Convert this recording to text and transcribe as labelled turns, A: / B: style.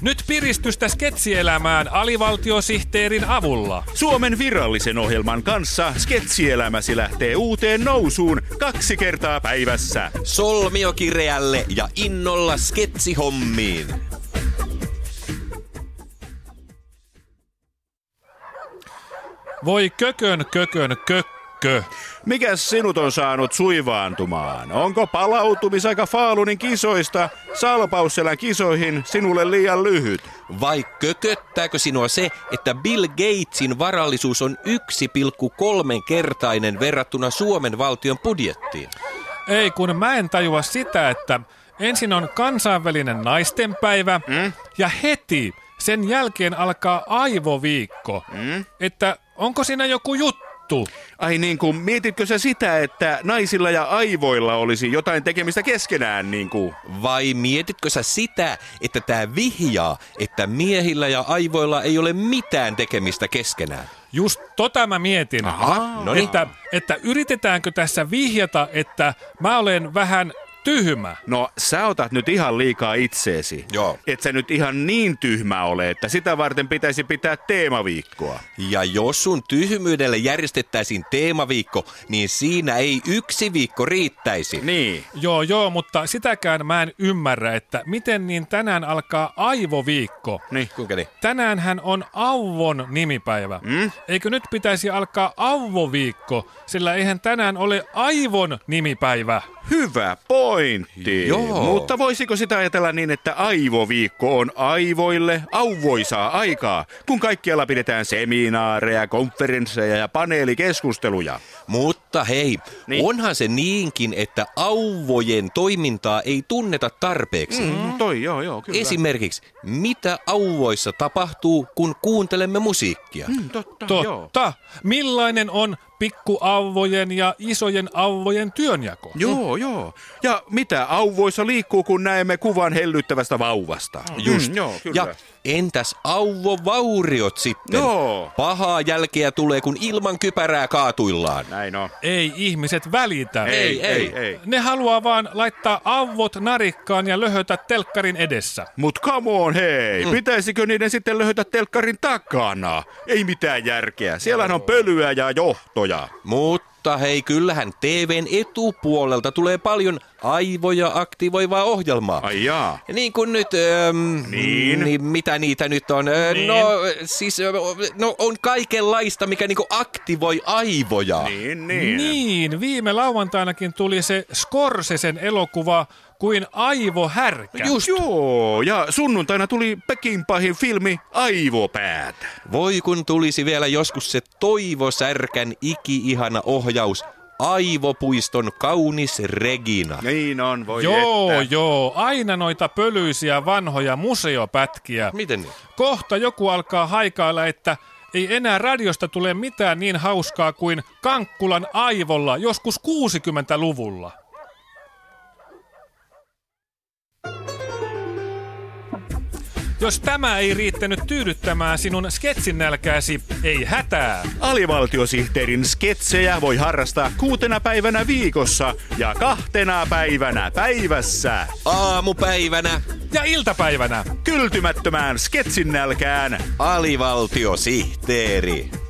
A: Nyt piristystä sketsielämään alivaltiosihteerin avulla.
B: Suomen virallisen ohjelman kanssa sketsielämäsi lähtee uuteen nousuun kaksi kertaa päivässä.
C: Solmiokireälle ja innolla sketsihommiin.
A: Voi kökön kökön kökkö.
B: Mikäs sinut on saanut suivaantumaan? Onko palautumisaika Faalunin kisoista Salpausselän kisoihin sinulle liian lyhyt?
C: Vai kököttääkö sinua se, että Bill Gatesin varallisuus on 1,3-kertainen verrattuna Suomen valtion budjettiin?
A: Ei kun mä en tajua sitä, että ensin on kansainvälinen naistenpäivä mm? ja heti sen jälkeen alkaa aivoviikko. Mm? Että onko siinä joku juttu?
B: Ai niin kuin, mietitkö sä sitä, että naisilla ja aivoilla olisi jotain tekemistä keskenään niin kuin?
C: Vai mietitkö sä sitä, että tämä vihjaa, että miehillä ja aivoilla ei ole mitään tekemistä keskenään?
A: Just tota mä mietin.
C: Aha, no niin.
A: Että, että yritetäänkö tässä vihjata, että mä olen vähän tyhmä.
B: No sä otat nyt ihan liikaa itseesi.
C: Joo.
B: Et sä nyt ihan niin tyhmä ole, että sitä varten pitäisi pitää teemaviikkoa.
C: Ja jos sun tyhmyydelle järjestettäisiin teemaviikko, niin siinä ei yksi viikko riittäisi.
B: Niin.
A: Joo, joo, mutta sitäkään mä en ymmärrä, että miten niin tänään alkaa aivoviikko.
B: Niin.
C: Kuinka niin?
A: Tänäänhän on Auvon nimipäivä. Mm? Eikö nyt pitäisi alkaa Auvoviikko, sillä eihän tänään ole Aivon nimipäivä.
B: Hyvä pointti.
C: Joo.
B: Mutta voisiko sitä ajatella niin, että aivoviikko on aivoille auvoisaa aikaa, kun kaikkialla pidetään seminaareja, konferensseja ja paneelikeskusteluja?
C: Mutta hei,
B: Niin.
C: niin. onhan se niinkin, että auvojen toimintaa ei tunneta tarpeeksi. Mm,
B: Mm, toi joo, joo, kyllä.
C: Esimerkiksi, mitä auvoissa tapahtuu, kun kuuntelemme musiikkia? Mm.
B: Totta, Joo.
A: Totta. Millainen on pikkuauvojen ja isojen auvojen työnjako?
B: Joo, joo. Ja mitä auvoissa liikkuu, kun näemme kuvan hellyttävästä vauvasta?
C: Just.
B: Mm, joo, kyllä.
C: Ja entäs auvovauriot sitten?
B: Joo.
C: Pahaa jälkeä tulee, kun ilman kypärää kaatuillaan.
B: Näin on.
A: Ei ihmiset välitä.
C: Ei, ei.
B: ei.
A: Ne haluaa vaan laittaa auvot narikkaan ja löhötä telkkarin edessä.
B: Mut come on, hei! Mm. Pitäisikö niiden sitten löytää telkkarin takana? Ei mitään järkeä. Siellähän on pölyä ja johtoja.
C: Mutta hei, kyllähän TVn etupuolelta tulee paljon aivoja aktivoivaa ohjelmaa.
B: Ai jaa.
C: Niin kuin nyt, ähm,
B: Niin.
C: niin mitä niitä nyt on? Ö,
A: Niin.
C: No siis, ö, no on kaikenlaista, mikä niinku aktivoi aivoja.
B: Niin, niin.
A: Niin, viime lauantainakin tuli se Scorsesen elokuva kuin aivohärkä.
C: No Just.
B: Joo, ja sunnuntaina tuli Pekin pahin filmi Aivopäät.
C: Voi kun tulisi vielä joskus se Toivo Särkän iki-ihana ohjaus, Aivopuiston kaunis Regina.
B: Niin on, voi
A: joo,
B: että.
A: joo, aina noita pölyisiä vanhoja museopätkiä.
C: Miten niin?
A: Kohta joku alkaa haikailla, että ei enää radiosta tule mitään niin hauskaa kuin Kankkulan aivolla joskus 60-luvulla. Jos tämä ei riittänyt tyydyttämään sinun sketsin nälkääsi, ei hätää.
B: Alivaltiosihteerin sketsejä voi harrastaa kuutena päivänä viikossa ja kahtena päivänä päivässä.
C: Aamupäivänä
A: Ja iltapäivänä.
B: Kyltymättömään sketsin nälkään
C: alivaltiosihteeri.